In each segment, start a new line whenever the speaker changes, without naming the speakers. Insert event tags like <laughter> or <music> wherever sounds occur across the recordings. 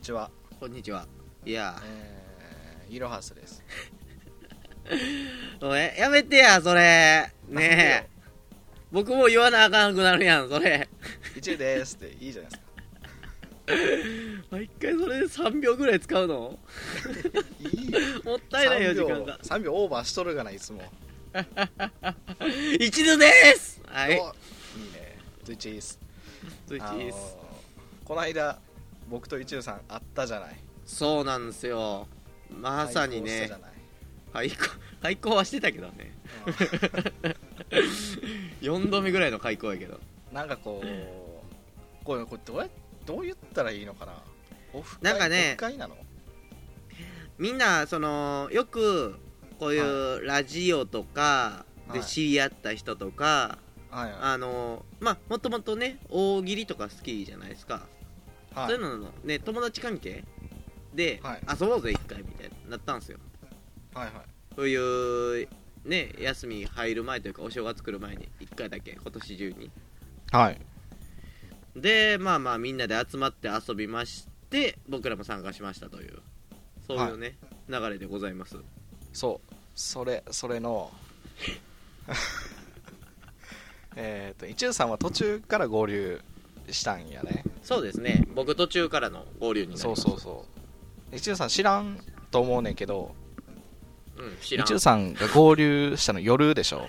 ちは、
こんにちは。いや
えー、イロハスです
ー、おいやめてや、それ。ねえ。僕も言わなあかんくなるやん、それ。
え1位ですっていいじゃないですか
毎回それで3秒ぐらい使うの
いいよ
もったいないよ、時間が。
3秒オーバーしとるがないいつも、
<laughs> 一度ですは
おいい
い
ね。ズイチース
スイッチ
あ
で
の
す。
この間僕と一流さん会ったじゃない
そうなんですよ。まさにね。廃校 <laughs> 廃校はしてたけどね
対抗したじゃない
4度目ぐらいの開校やけど
うんなんかこうこれこれどうやどう言ったらいいのかなオフ会
なんかね
オフ会なの
みんなそのよくこういうラジオとかで
はい
知り合った人とか、
はいはい
あのまあもともとね大喜利とか好きじゃないですか、
はい
そういうののね友達関係で、
はい
遊ぼうぜ一回みたいになったんですよ
はいはい
そういうね休み入る前というかお正月来る前に一回だけ今年中に
はい
でまあまあみんなで集まって遊びまして僕らも参加しましたというそういうね、流れでございます
そうそれそれの <laughs> えっと一流さんは途中から合流したんやね
そうですね僕途中からの合流になり
そ
ま
う
す
そうそう一流さん知らんと思うねんけど
う、ん、知らん
一流さんが合流したの夜でしょ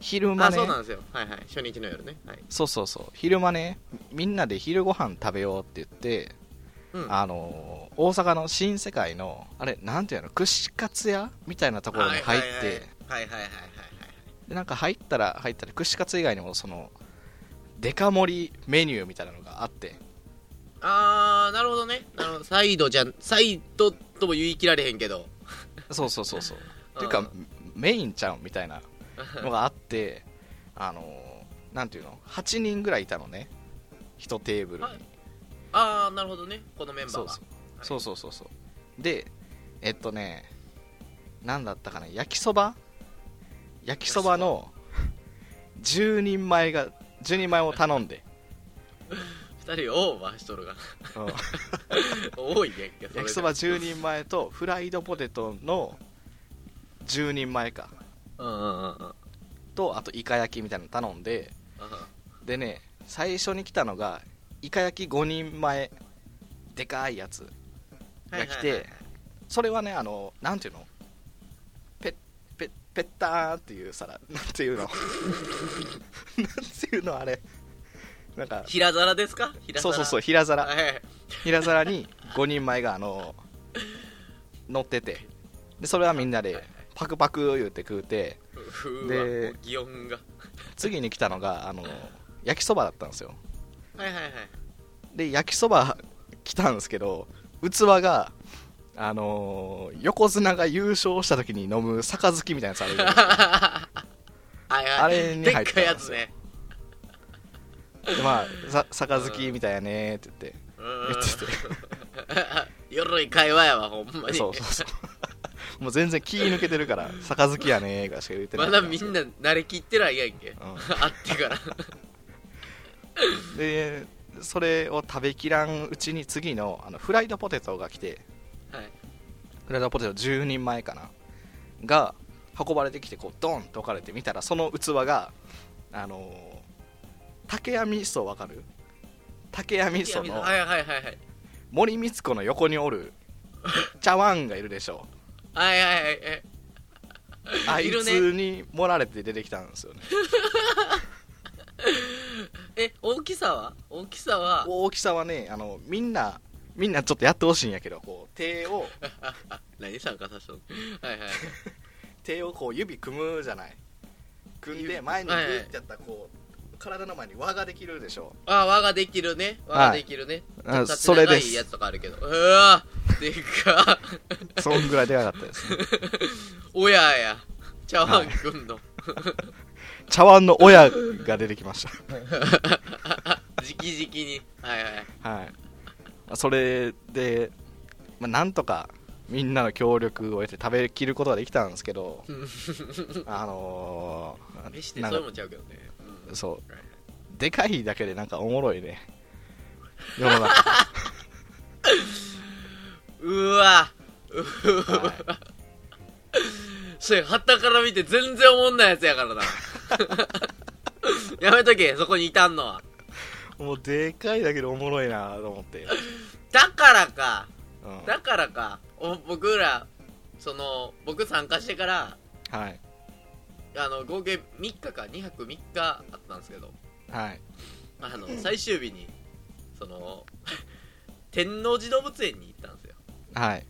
昼間
あ
ね
そうなんですよはいはい初日の夜ねはい、
そうそうそう昼間ねみんなで昼ご飯食べようって言って、
うん、
あのー大阪の新世界のあれなんていうの串カツ屋みたいなところに入って、
はいはいはいはいはいはい
でなんか入ったら入ったら串カツ以外にもそのデカ盛りメニューみたいなのがあって
あーなるほどねなるほどサイドじゃんサイドとも言い切られへんけど
そうそうそうそう
うん
ていうかメインちゃうみたいなのがあってあのーなんていうの8人ぐらいいたのね1テーブルに、
はいあーなるほどねこのメンバー
そう
は
そう
はい
そうそうそうそうでえっとね何だったかな焼きそば焼きそばの10人前が10人前を頼んで、
2人オーバーしとるが
うん
<laughs> 多いね
焼きそば
中
10人前とフライドポテトの10人前か
うんうんうんうんうん
とあとイカ焼きみたいなの頼んででね最初に来たのがイカ焼き5人前でかいやつが来て、
はいはいはいはい
それはねあのなんていうのペッペッペッターっていう皿なんて
<laughs>
いうのなんていうのあれなんか
平皿ですか平皿
そうそうそう平皿
はい
平皿に5人前があの乗っててでそれはみんなでパクパク言うて食うて
ふうわ
で
もう擬音が
次に来たのがあの焼きそばだったんですよ
はいはいはい
で焼きそば来たんですけど器があのー横綱が優勝した時に飲む杯みたいなやつあるじゃないですか
はいはい
あれに入って
でっかい
たん
や
です
つ
よ
ね <laughs>
でまあさ杯みたいやねって言って
うーん
言ってて
<laughs> よろい会話やわほんまに
そうそう <laughs> そうもう全然気抜けてるから杯やねーからしか言ってない
まだみんな慣れきってないやんけ、
ん
<laughs> 会って
<laughs>
から
でそれを食べきらんうちに次のあのフライドポテトが来て
はい
フライドポテト10人前かなが運ばれてきてこうドンと置かれてみたらその器があのー竹網味噌わかる竹網
いや
噌
みんな
の
はいはいはいはい
森光子の横におる茶碗がいるでしょ
はいはいはいはい
あい
いるね
つに盛られて出てきたんですよね
え大きさは大きさは
大きさはねあのみんなみんなちょっとやってほしいんやけどこう手を
何参加させたのはいはい
手をこう指組むじゃない組んで
指
前にグ
はいはい
ーってやったらこう体の前に輪ができるでしょ
あ輪ができるね輪ができるね、
あ
ちょっと
それです
縦長いやつとかあるけどうわでっか
そんぐらいでかかったですね
おやや茶碗くんの、
茶碗の親が出てきまし
じきじきにはいはい
たはいそれで、まあ、なんとかみんなの協力を得て食べきることができたんですけ
<laughs>
どあのー
飯って
な
そ
ん
れ
か
もちゃうけどね、うん
そう
はいはい <laughs>
でかいだけでなんかおもろいね世の中
うわう
は
わ
い
それはたから見て全然おもんないやつやからなやめとけそこにいたんのは
もうでかいだけでおもろいなと思って、
だからか
うん
だからかお僕らその僕参加してから
はい
あの合計3日か2泊3日あったんですけど
はい
あの最終日にその天王寺動物園に行ったんですよ
はい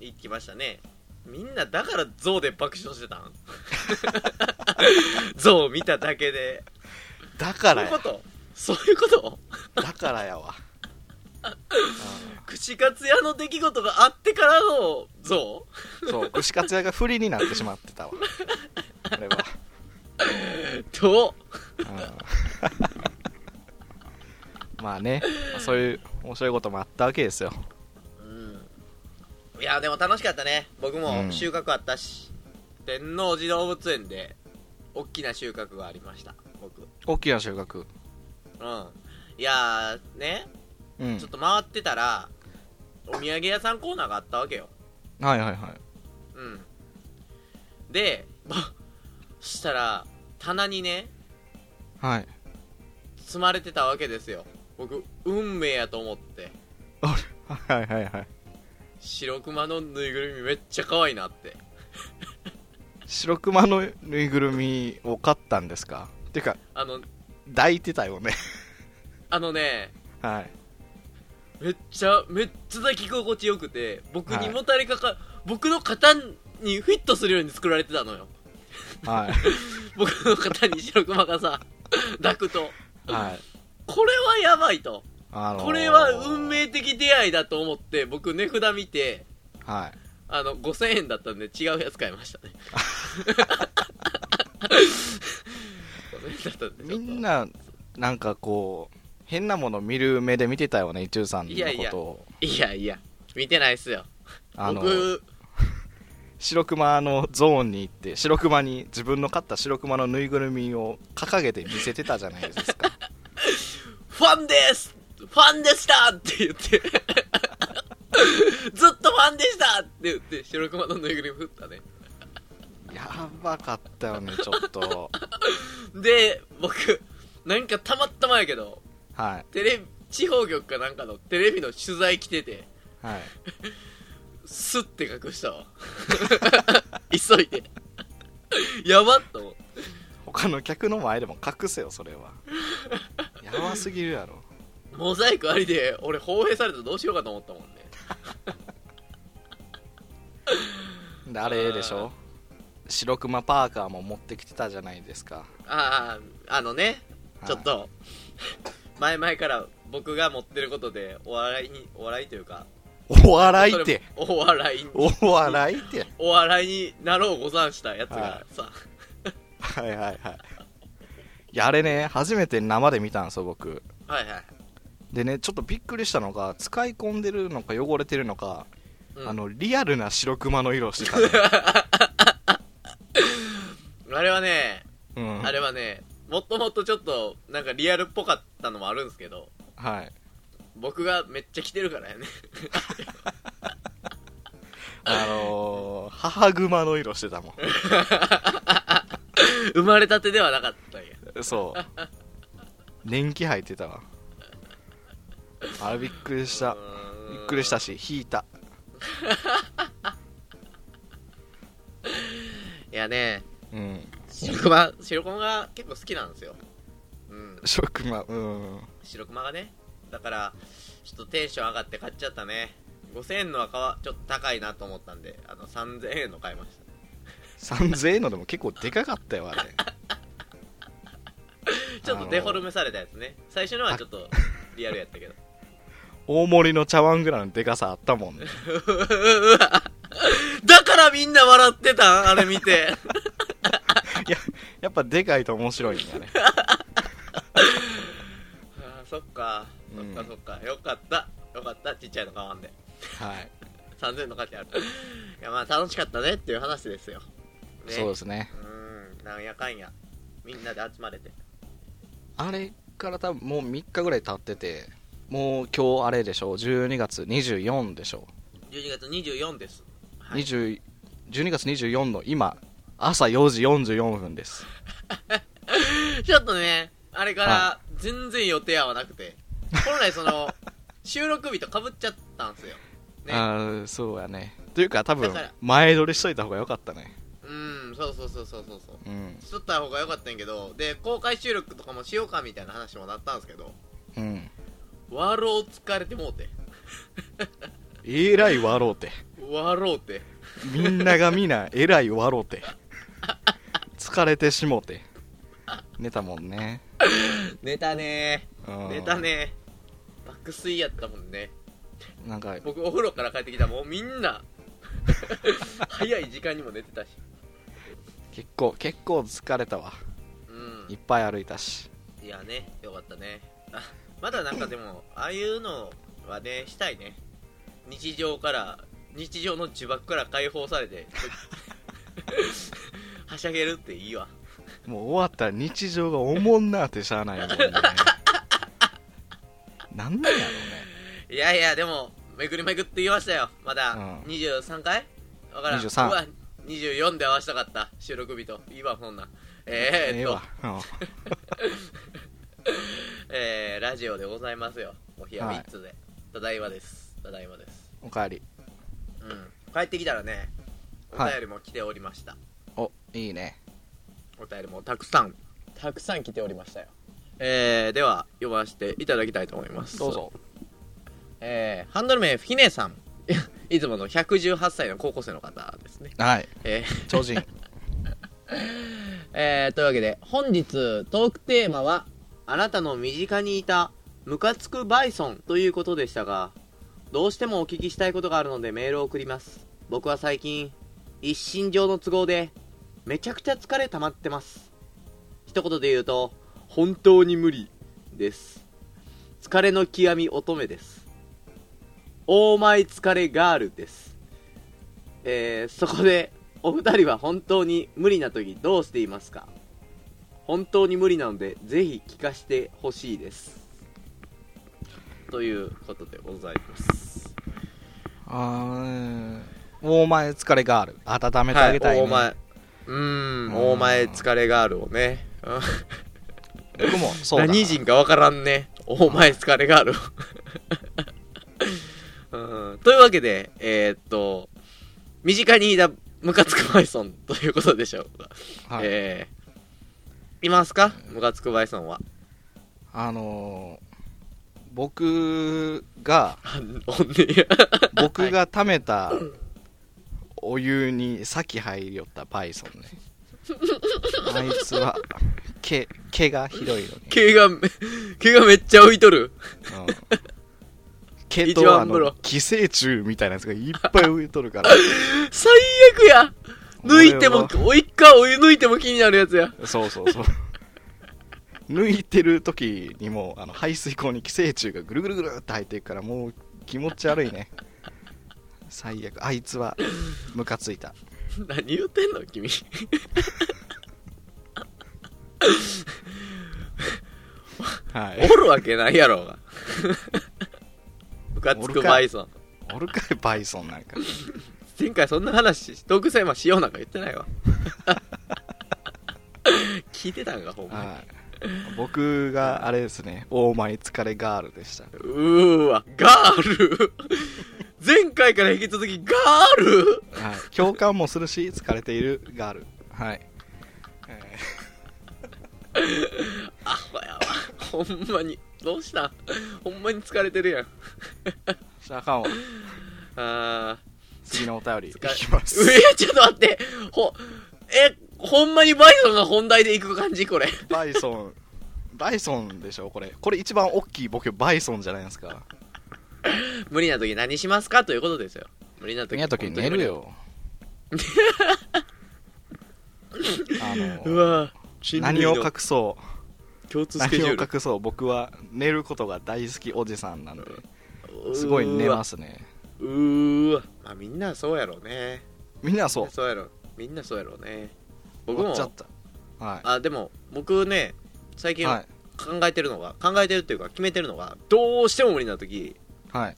行きましたねみんなだから象で爆笑してた
<laughs>
ん象見ただけで
だか
そ
ら
ういうこ
や
とそういうこと
だからやわ、
串カツ屋の出来事があってからの象
うんそう串カツ屋が不利になってしまってたわあれは、
と
うん <laughs> まあね、まあそういう面白いこともあったわけですよ
うんいやでも楽しかったね僕
う
も
ん
収穫あったし、天王寺動物園で大きな収穫がありました僕うん
大きな収穫
いやーね
うん
ちょっと回ってたらお土産屋さんコーナーがあったわけよ
はいはいはい
うんで <laughs> まそしたら棚にね
はい
積まれてたわけですよ僕運命やと思って
はいはいはい
白熊のぬいぐるみめっちゃ可愛いなって
白熊のぬいぐるみを買ったんですかっていうか
あの
抱いてたよね
あのね
はい
めっちゃめっちゃ抱き心地よくて僕にもたれかか、僕の肩にフィットするように作られてたのよ
はい
僕の肩に白熊がさ <laughs> 抱くと
はい
これはやばいと
あのー
これは運命的出会いだと思って僕値札見て
は
あの5000円だったんで違うやつ買い
<laughs>
ましたね5000円だったん
い
で
みん
な
ななんかこう変なもの見る目で見てたよね伊中さんの
いやい
こ
や
とを
いやいや見てないっすよ
あの
僕
白熊のゾーンに行って白熊に自分の買った白熊のぬいぐるみを掲げて見せてたじゃないです
<laughs>
か
ファンですファンでしたって言って。 <laughs> ずっとファンでしたって言って、白熊のぬいぐるみ振ったね。
やばかったよねちょっと
で、僕、なんかたまったまやけど、
はい
テレビ、地方局かなんかのテレビの取材来てて、
はい
スッて隠したわ。 <laughs> 急いで。やばっと思って。
他の客の前でも隠せよそれはやばすぎるやろ
モザイクありで、俺放映されたらどうしようかと思ったもんね。
であれでしょ白熊パーカーも持ってきてたじゃないですか、
ああ、あのね、
はい
ちょっと、前々から僕が持ってることで、お笑いに、お笑いというか、
お笑いって
それもお笑いに、
お笑いって
お笑いになろうござんしたやつがさ、
はいはいはいいやあれね初めて生で見たんですよ僕
はいはい。
でねちょっとびっくりしたのが使い込んでるのか汚れてるのか、
うん
あのリアルな白熊の色をしてたね、
<laughs> あれはね、
うん、
あれはね、もっともっとちょっと、なんかリアルっぽかったのもあるんですけど、
はい
僕がめっちゃ着てるからやね。 <laughs>
あのー、母熊の色してたも
生まれたてではなかったんや。
んそう年季入ってたわあれびっくりしたびっくりしたし引いた
いやね、
うん
白熊、白熊が結構好きなんですよ。うん。
白熊うん
白熊がねだからちょっとテンション上がって買っちゃったね5000円のはかわちょっと高いなと思ったんであの3000円の買いまし
3000円のでも結構でかかったよあれ
たちょっとデフォルメされたやつね最初のはちょっとリアルやったけど
大盛りの茶碗ぐらいのでかさあったもんね
だからみんな笑ってたんあれ見て
<laughs> いややっぱでかいと面白いんだね
あーそっかそっかそっか、よかったよかったちっちゃいの買わんで
はい、
3000円の価値あるいやまあ楽しかったねっていう話ですよ、ね、
そうですね
うんなんやかんやみんなで集まれて
あれから多分もう3日ぐらい経っててもう今日あれでしょ12月24でしょ
12月24です、はい
20 12月24の今朝4時44分です
<laughs> ちょっとね、あれか
は
ら全然予定合わなくて、本来そ <laughs> の、収録日とかぶっちゃったんですよ。ね。
あーそうやねというか多分
だから
前撮りしといた方が良かったね
うん、そうそうそうそうそうそう。
うん
しとった方が良かったんやけど、で、公開収録とかもしようかみたいな話もなったんですけど、
うん
わろう疲れてもうて。
えらい笑うて
わろうて。
みんながみなえらい笑うて疲れてしもうて寝たもんね
寝たね
うん
寝たね爆睡やったもんね。
なんか
僕お風呂から帰ってきたらもうみんな、 <laughs> 早い時間にも寝てたし。
結構結構疲れたわ
うん
いっ。ぱい歩いたし
いやね、よかったね。あまだなんか
<laughs>
でも、ああいうのはね、したいね。日常から、日常の呪縛から解放さ
<laughs>
れて、はしゃげるっていいわ。
もう終わったら日常がおもんなってしゃあないよ、ね、なんなんやろ
いやいや、でも、めくりめくって言いましたよ。まだ、
うん
23回わからん。
23
うわ24で合わせたかった。収録日と。いいわ、そんなん。え
うねえ
ー、っ
え
と
わ、、うん
えー、ラジオでございますよ。お部屋
はい
3つで。ただいまです。ただいまです。
おかえり
うん。帰ってきたらね、お
はい
便りも来ておりました。
おいいね
お便りもたくさんたくさん来ておりましたよえー、では読ませていただきたいと思います
どうぞ
えー、ハンドル名フィネさんいつもの118歳の高校生の方ですね
はい
え
超人
ーえーというわけで本日トークテーマはあなたの身近にいたムカつくバイソンということでしたがどうしてもお聞きしたいことがあるのでメールを送ります僕は最近一身上の都合でめちゃくちゃ疲れ溜まってます一言で言うと本当に無理です疲れの極み乙女ですオーマイ疲れガールですえー、そこでお二人は本当に無理な時どうしていますか本当に無理なのでぜひ聞かせてほしいですということでございます
あーお前疲れガール温めてあげたい、ね
はい、大前うー
う
ん
ん
大前疲れガールをねうん
僕もそうだな
何人かわからんね大前疲れガールを <laughs> うんというわけでえーっと身近にいたムカつくバイソンということでしょうか、
はい
えーいますかムカつくバイソンは <laughs>
あのー僕が
あおんねや
僕が溜めたお湯に先入りよったバイソンねあいつは毛毛がひどいのに、
毛が <laughs> め毛がめっちゃ浮いと
う
る
ん、毛
一
と
番
あ
風
の
呂
寄生虫みたいなやつがいっぱい浮いとる
<laughs>
から
最悪や抜いても
こ
お一回お湯抜いても気になるやつや <laughs>
そうそうそう抜いてる時にもあの排水口に寄生虫がぐるぐるぐるって入っていくからもう気持ち悪いね最悪あいつはムカついた
何言ってんの君
は
<laughs> お
い
るわけないやろ
<laughs>
うがムカつ
おる
く
か
バイソン
おるかいバイソンなんか
前回そんな話トークセーマしようなんか言ってないわ <laughs> 聞いてたんかほんまに
はい僕があれですね「オーマイ疲れガール」でした
うーわガール <laughs> 前回から引き続きガール
はい共感もするし疲れているガールはい、え
アホやわほんまにどうしたんほんまに疲れてるやん
ー、しゃあかんわ
あ
次のお便りい
ー疲れ
きます
<laughs> えちょっと待ってほえほんまにバイソンが本題でいく感じこれ
バイソンバイソンでしょこれこれ一番大きいボケバイソンじゃないですか
無理な時何しますかということですよ無理な時
次の時に寝るよあ
う <laughs>
の
わぁ
何を隠そう
共通スケ
何
ジ
を
ュール
隠そう僕は寝ることが大好きおじさんなんですごい寝ますすね
うーわまあみんなそうやろうね
みんなそう
そうやろみんなそうやろうね僕
終わ
も
っちゃったは
あでも僕ね最
い
近
はい
考えてるのが、考えてるっていうか決めてるのがどうしても無理な時
はい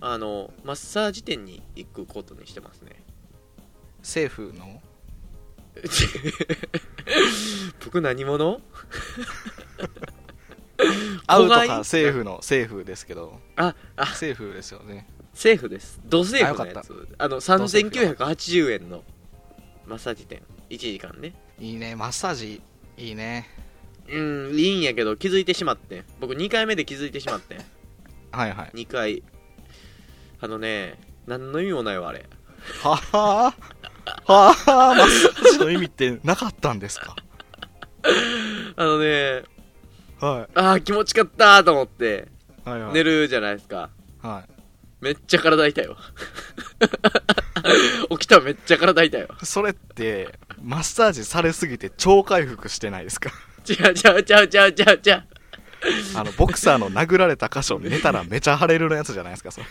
あのマッサージ店に行くことにしてますね <laughs>
政府の
僕何者
アウト
子がいい
か政府の政府ですけど
ああ
政府ですよね
セーフです土政府のや
あよ
つあの3980円のマッサージ店1時間ね
いいねマッサージいいね
うんいいんやけど気づいてしまってん僕2回目で気づいてしまってん
はいはい
2回あのね何の意味もないわあれ
ははははマッサージの意味ってなかったんですか
あのね
は
あー気持ちかったーと思って
いはいはい
寝るじゃないですか
はい
めっちゃ体痛いわ <laughs> 起きたらめっちゃ体痛いわ
それってマッサージされすぎて超回復してないですか
違う違う違う違う違う違う
あのボクサーの殴られた箇所寝たらめちゃ腫れるのやつじゃないですかそれ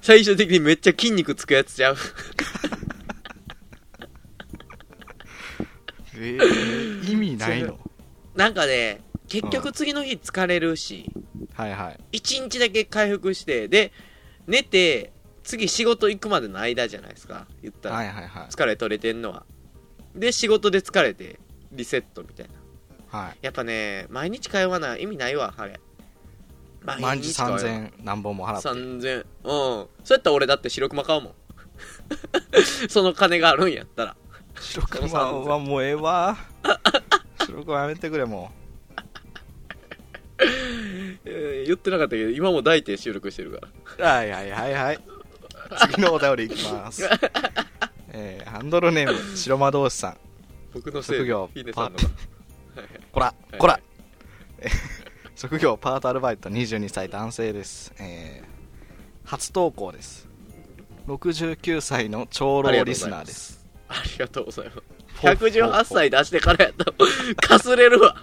最終的にめっちゃ筋肉つくやつちゃう
えー意味ないの
なんかね結局次の日疲れるし
はいはい
1日だけ回復してで寝て次仕事行くまでの間じゃないですか言ったら、
はいはいはい
疲れ取れてんのはで仕事で疲れてリセットみたいな
はい
やっぱね毎日通わない意味ないわあれ
毎日
通わない
3000何本も払って
3000うんそうやったら俺だって白熊買うもん <laughs> その金があるんやったら
白熊はもうええわ白熊やめてくれも
えー言ってなかったけど今も抱いて収録してるから
うはいはいはいはい次のお便りいきます、えーハンドルネーム白魔道士さん
僕のせい
職
で
業
ヒデ
パ
さんの
ートこら
い
こらえー職業パートアルバイト22歳男性です、えー初投稿です69歳の長老リスナーです
ありがとうご
<laughs>
ざいます
ほうほう
118歳出してからやと
<laughs>
かすれるわ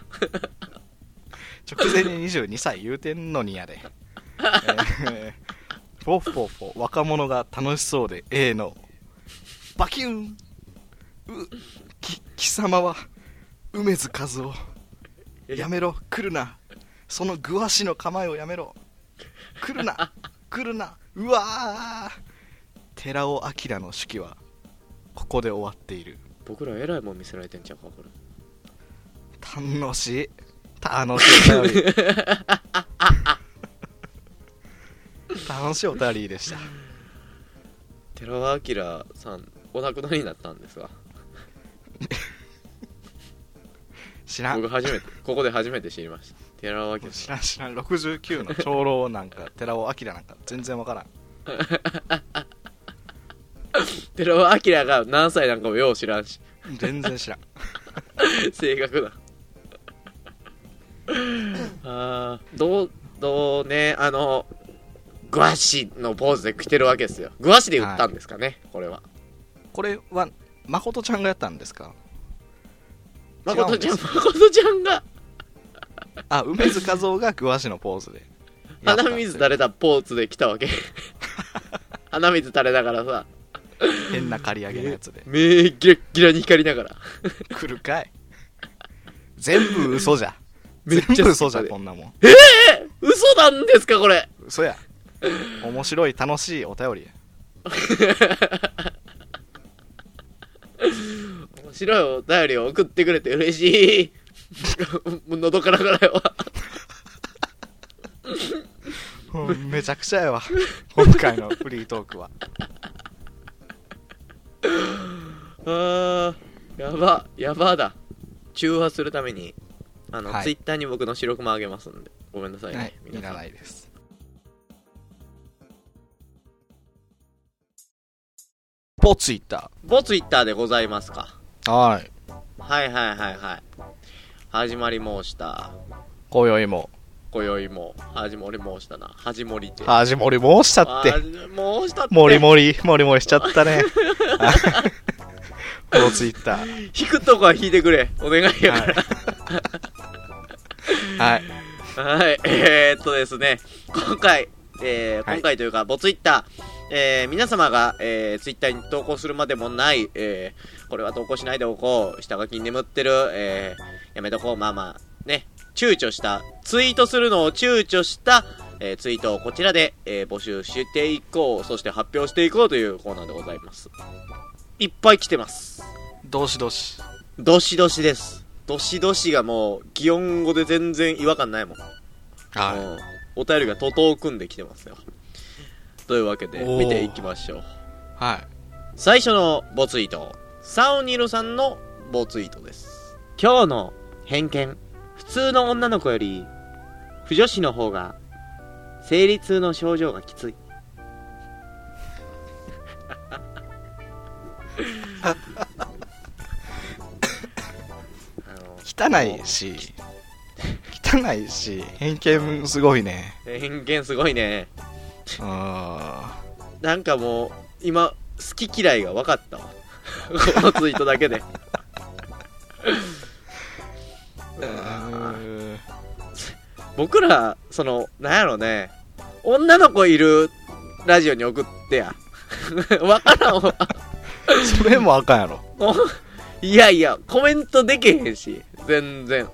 直前に22歳言うてんのにやで、えー、フォッフォッフォ若者が楽しそうでええのバキューンうき貴様は梅津和夫やめろ来るなその具足の構えをやめろ来るな来るなうわー寺尾明の手記はここで終わっている
僕らえらいもん見せられてんちゃうかこれ
楽しい楽しいお便り楽しいお便りでした
寺尾明さんお亡くなりになったんですが
知らん
僕初めてここで初めて知りました寺
<laughs>
尾明
知
さん
らん知らん69の長老なんか寺尾明なんか全然わからん
寺尾明が何歳なんかもよう知らんし
全然知らん
<laughs> 正確だあーどうどうねあのグワシのポーズで来てるわけですよグワシで打ったんですかね、これは
これは誠ちゃんがやったんですか
誠ちゃ
違う
ん
んです
誠ちゃんが
あ梅津和夫が具足のポーズでやったん
鼻
ですよ
水垂れたポーズで来たわ
<laughs>
け鼻水垂れながらさ
変な刈り上げのやつで
目ギラッギラに光りながら
来るかい全部嘘じゃ
めっ
全
ちゃ
部嘘じゃ
好きだ
こんなもん
嘘なんですかこれ
嘘や面白い楽しいお便り
面白いお便りを送ってくれて嬉しい <laughs> もう喉からからよ
もう <laughs> めちゃくちゃやわ今回のフリートークは
あーやばやばだ中和するためにあの、
はい
ツイッターに僕の白熊あげますんでごめんなさいね、
はいい
皆さ
ら
ん
ないですポツイッタ
某ツイッターでございますか
ーはい
はいはいはいはい始まり申した
今宵も
今宵も始まり申したな始まりって
始まり申しちゃって
もうしたって
もりもりもりもりしちゃった <laughs> ねポツイッター
引くとこは引いてくれお願いやから
はい
はい、 <laughs> えー、っとですね今回、えー
はい
今回というかボツイッターえー、皆様が、えー、ツイッターに投稿するまでもない、えー、これは投稿しないでおこう、下書きに眠ってる、えー、やめとこう、まあまあ、ね、躊躇した、ツイートするのを躊躇した、えーツイートをこちらで、えー募集していこう、そして発表していこうというコーナーでございます。いっぱい来てます。
どしどし
どしどしです。どしどしがもう、擬音語で全然違和感ないもん。
は
うんお便りが徒党を組んできてますよ。というわけで、
おー
見ていきましょう。
い、はい、
最初のボツイートサオニロさんのボツイートです今日の偏見普通の女の子より不女子の方が生理痛の症状がきついあの
汚いし汚いし偏見すごいね
偏見すごいね
うんあ
なんかもう今好き嫌いが分か <laughs> ったわこのツイートだけ <laughs> でうわぁ
ー
僕らそのなんやろね女の子いるラジオに送ってや <laughs> わからんわ
<laughs> それもあかんやろ
いやいやコメントできへんし全然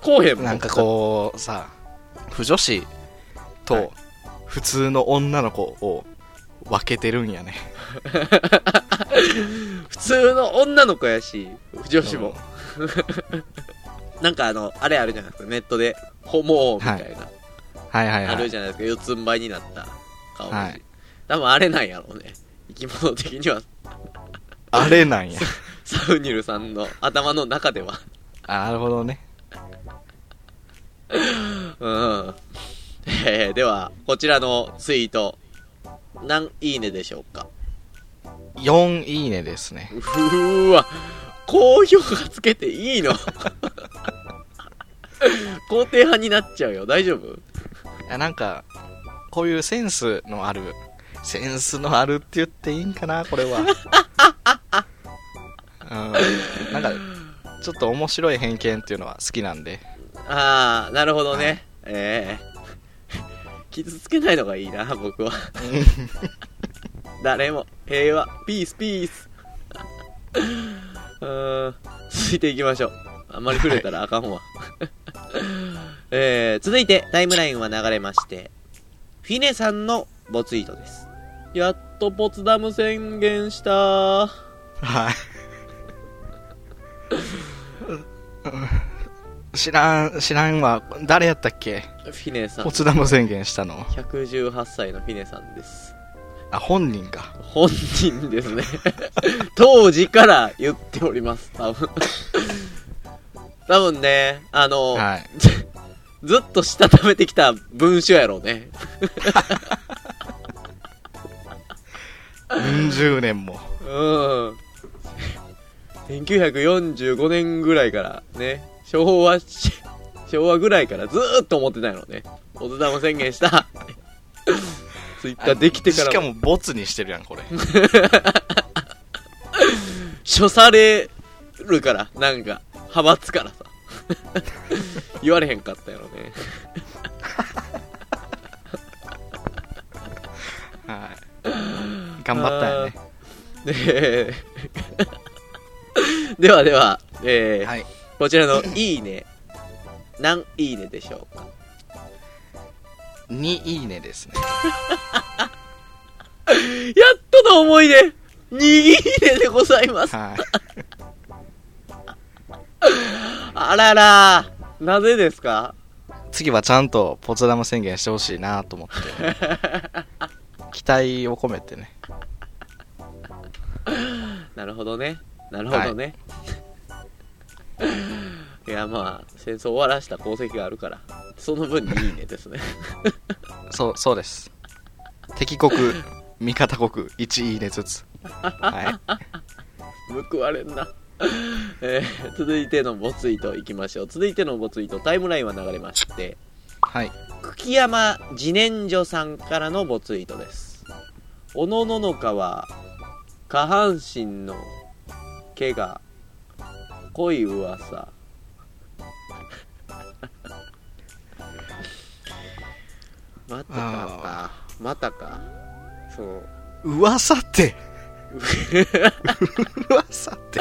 こうへんも
なんかこうさ不女子
は
と
い
普通の女の子を分けてるんやね
普通の女の子やし女子も、なんかあのあれあるじゃないですかネットでホモみたいな、
はいはい
あ
は
る
い
じゃないですか四つん這いになった顔文字、
はい
多分あれなんやろうね生き物的には
あれなんや <laughs>
サウニルさんの頭の中では
あなるほどね
うん。えーでは、こちらのツイート、何いいねでしょうか。
4いいねですね
うーわ、高評価つけていいの <laughs> 肯定派になっちゃうよ。大丈夫
いやなんかこういうセンスのあるセンスのあるって言っていいんかなこれ
<laughs>
はうんなんかちょっと面白い偏見っていうのは好きなんで
ああ、なるほどね。ええ傷つけないのがいいな、
<laughs>
僕は。誰も、平和、ピース、ピース。うーん、続いていきましょう。あんまり触れたらあかんわ。 <laughs> えー、続いて、タイムラインは流れまして、フィネさんのボツイートです。やっとポツダム宣言したー。
はい知らん知らんわ誰やったっけ
フィネさん
ポ、ツダム宣言したの
118歳のフィネさんです。
あ本人か
本人ですね <laughs> 当時から言っております多分 <laughs> 多分ねあの、
はい
<laughs> ずっとしたためてきた文書やろうね
うん十年も
うん1945年ぐらいからね昭和し昭和ぐらいからずーっと思ってたんやろうねお津も宣言した <laughs> ツイッターできてから
しかもボツにしてるやんこ
<laughs>
れ
処されるからなんか派閥からさ <laughs> 言われへんかったやろね
はい頑張ったよね
で <laughs> ではでは、えー
はい
こちらの「いいね」何いいねでしょうか
2いいねですね
やっとの思い出2いいねでございます
はい
あららなぜですか
次はちゃんとポツダム宣言してほしいなと思っ
<laughs>
て期待を込めてね
なるほどねなるほどね、 <laughs> い、やまあ戦争を終わらした功績があるからその分にいいねですね
そうそうです敵国味方国1いいねずつはい
報われんな、 <laughs> えー続いてのボツイートいきましょう続いてのボツイートタイムラインは流れまして
はい
久木山自然薯さんからのボツイートですおのののかは下半身の怪我濃い噂 <laughs> またかまたかそう
噂って噂って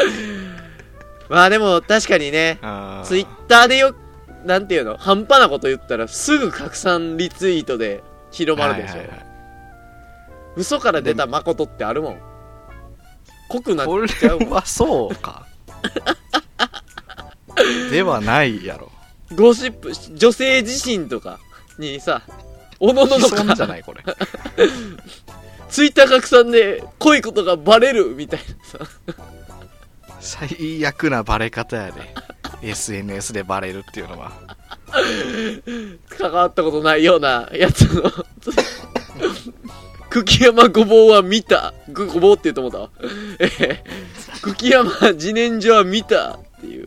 まあでも確かにね
あー
ツイッターでよなんていうの半端なこと言ったらすぐ拡散リツイートで広まるでしょ、
はいはいはい
嘘から出た誠ってあるもん濃くなっ
これ
ちゃうもん
はそうかではないやろ
ゴシップ女性自身とかにさおののの
そんじゃ
か
ないこれ
ツイッター拡散で濃いことがバレるみたいなさ
最悪なバレ方やで SNS でバレるっていうのは
関わったことないようなやつ
<laughs>
の茎山ごぼうは見たごごぼうって言うと思ったわ、えー、茎山自然薯は見たっていう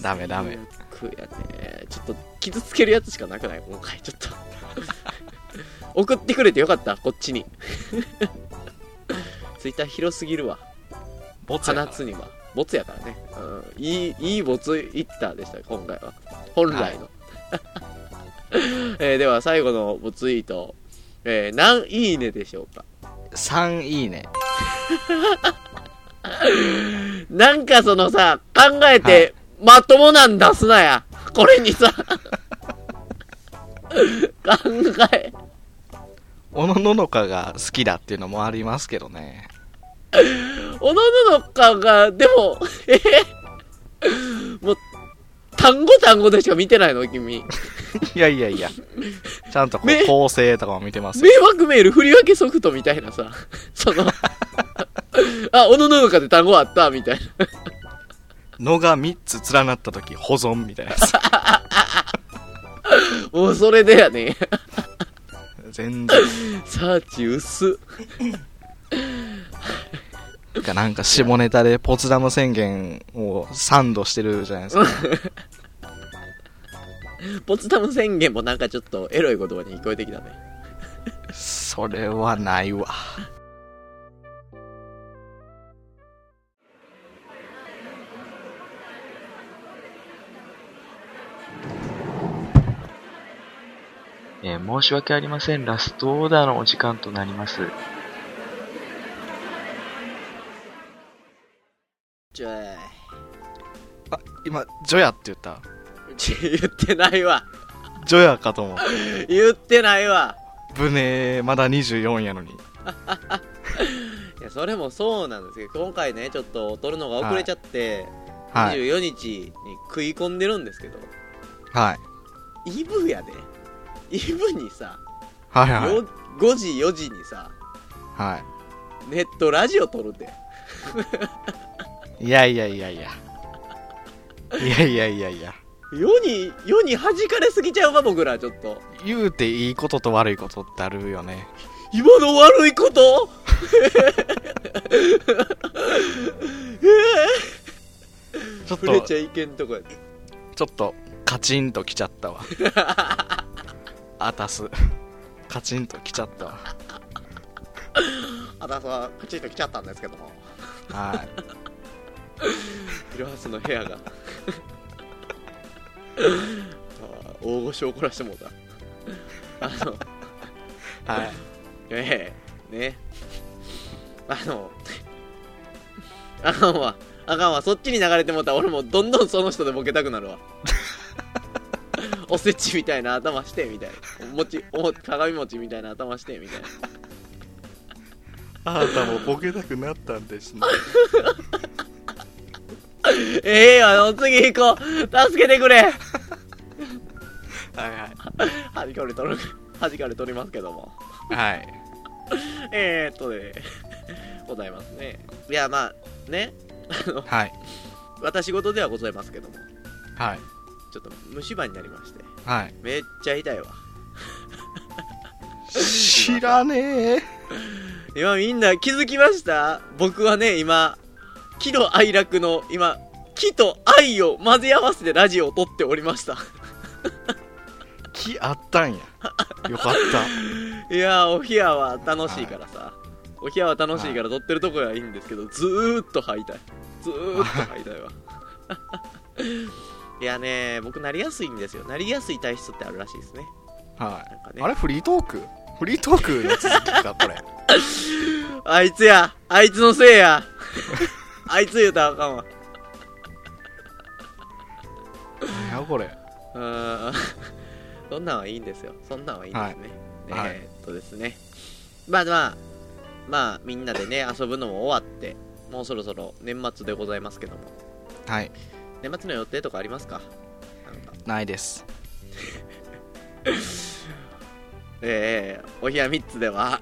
ダメダメ
最悪やねちょっと傷つけるやつしかなくない今回ちょっ
<laughs>
と送ってくれてよかったこっちに <laughs> ツイッター広すぎるわ
ボツやから
放つにはボツやからね、うん、いいいいボツイッターでした今回は本来の、 <laughs> えーでは最後のボツイート、えー何いいねでしょうか
3いいね
なんかそのさ考えてまともなん出すなやこれにさ考え
おのののかが好きだっていうのもありますけどね
おのののかがでもえーもう単語単語でしか見てないの君
いやいやいやちゃんとこ
め
う構成とかも見てますよ
迷惑メール振り分けソフトみたいなさ、その、あ、おのののかで単語あったみたいな。
のが3つ連なった時保存みたいなや
<laughs>
つ
もうそれでやね。
全然
サーチ薄っ。
かなんか下ネタでポツダム宣言を3度してるじゃないですか
ポツダム宣言もなんかちょっとエロい言葉に聞こえてきたね。
それはないわ
えー申し訳ありません。ラストオーダーのお時間となります。
ちょい。
あ今ジョヤって言った
ちょ言ってないわ。
ジョヤかと思う
<laughs> 言ってないわ。
ブネまだ24やのに
いや、それもそうなんですけど、今回ね、ちょっと撮るのが遅れちゃって、
はい
24日に食い込んでるんですけど、
はい
イブやで。イブにさ、
はいはい
よ5時4時にさ、
は
ネットラジオ撮るで。
いいやいやいやいやいやいやいやいや
世に、世に弾かれすぎちゃうわ、僕ら、ちょっと。
言うていいことと悪いことってあるよね
今の悪いこと
ちょっ
触れ
と
ちゃいけんとこや。
ちょっとカチンときちゃった <laughs> わあたすカチンときちゃったわ
あたさ、カチッと来ちゃったんですけども。
はい
ろはすの部屋が。あ <laughs> ー大御所怒らしてもうた。あの、
いはい
ええね。あの、あかんわ。あかんわ。そっちに流れてもうたら俺もどんどんその人でボケたくなるわ。おせちみたいな頭して、みたいな。お餅、おも鏡餅みたいな頭して、みたいな。
あなたもボケたくなったんですね
ええあの、次行こう。助けてくれ。
はい
はじかれとる、はじかれとりますけども。
はいはい
えー、っとね、ございますね。いや、まあ、ね。
はい
私事ではございますけども。
はい
ちょっと虫歯になりまして。
はい
めっちゃ痛いわ。
知らねえ
今みんな気づきました僕はね、今、喜怒哀楽の、今、喜と愛を混ぜ合わせてラジオを撮っておりました。 <laughs>
気あったんやよかっ
いやー、お冷やは楽しいからさ。お冷やは楽しいから撮ってるとこはいいんですけど、ずーっと吐いたい。ずーっと吐いたいわ。 <laughs> いやね、僕なりやすいんですよ。なりやすい体質ってあるらしいですね。
たはい
なんかね。
あれフリートークフリートークの続きかこれ
あいつや、 <laughs> あいつのせいや。あいつ言うたらあかんわ。
やこれ
うーん <laughs> そんなんはいいんですよ。そんなんはいいんですね。
はいはい
えーっとですね。まあまあ、まあみんなでね、遊ぶのも終わって、もうそろそろ年末でございますけども。
はい
年末の予定とかありますかなんか。
ないです
えー、お部屋3つでは、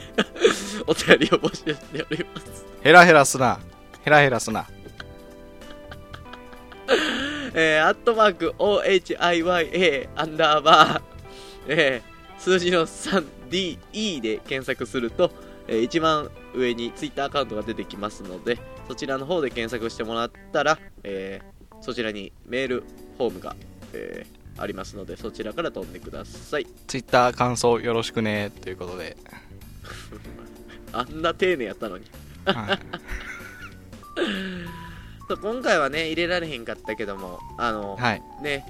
<laughs> お便りを募集しております。
ヘラヘラすなヘラヘラすな
えー、アットマーク、OHIYA、アンダーバー、 <laughs> えー、数字の 3DE で検索すると、えー一番上にツイッターアカウントが出てきますので、そちらの方で検索してもらったら、えーそちらにメールフォームが、えーありますので、そちらから飛んでください。
ツイッター感想よろしくねということで、
あんな丁寧やったのに。
はい
そう今回はね、入れられへんかったけども、あの、
はい
ね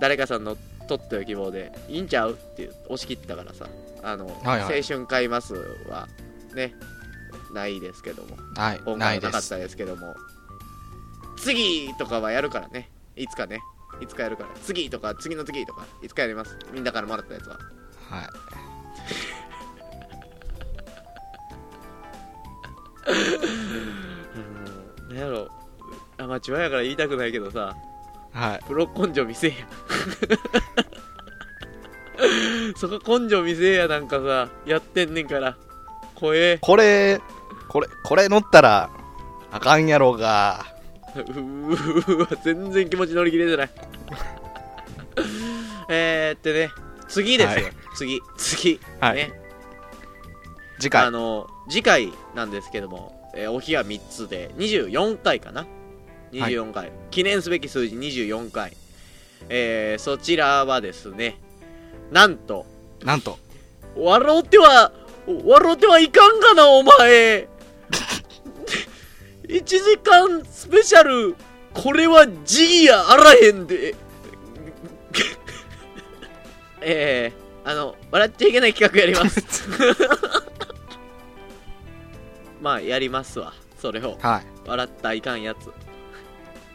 誰かさんの取ってお希望でいいんちゃうって押し切ったからさあの、
はいはい
青春買いますはねないですけども
はい
今
な
回
い
は
で
なかっ
す
たですけども次とかはやるからねいつかねいつかやるから次とか次の次とかいつかやりますみんなからもらったやつは
はい
なんやろアマチュアやから言いたくないけどさ
はい
プロ根性見せえや <laughs> そこ根性見せえやなんかさやってんねんから怖え
これこれこれ乗ったらあかんやろが
うーわ全然気持ち乗り切れてない <laughs> えーってね次ですよ、
はい
次次、
はい
ね
次
あ
回
の次回なんですけども、えーお日が3つで24回かな24回、記念すべき数字24回えー、そちらはですねなんと
なんと
笑うては、笑うてはいかんがな、お前。1時間スペシャル、これは時期やあらへんで。 <laughs> えー、あの、笑っちゃいけない企画やります。 <laughs> まあ、やりますわ。それを。
は
笑ったいかんやつ。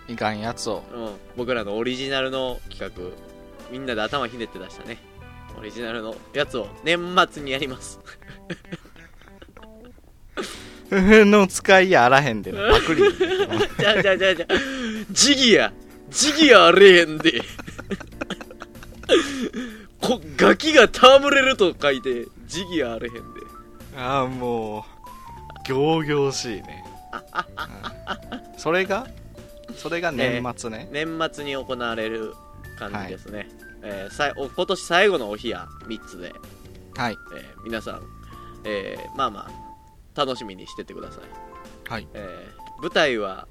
いいかんやつを
うん。僕らのオリジナルの企画。みんなで頭ひねって出したね。オリジナルのやつを年末にやります。
ふふ <laughs> の使いやあらへんでなパクリ <laughs>
じゃあじゃあじゃあじゃあジギやジギやあれへんでこガキが戯れると書いてジギやあれへんで
ああもう仰々しいね、うんそれがそれが年末ね
年末に行われる感じですね、えーさいお今年最後のお日や3つで、
<laughs> はい
えー皆さん、えーまあまあ楽しみにしててください、
はい
えー舞台は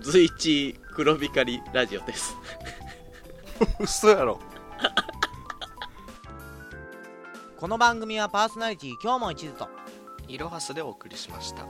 随一黒光ラジオです
嘘やろ
この番組はパーソナリティ今日も一途と
いろはすでお送りしました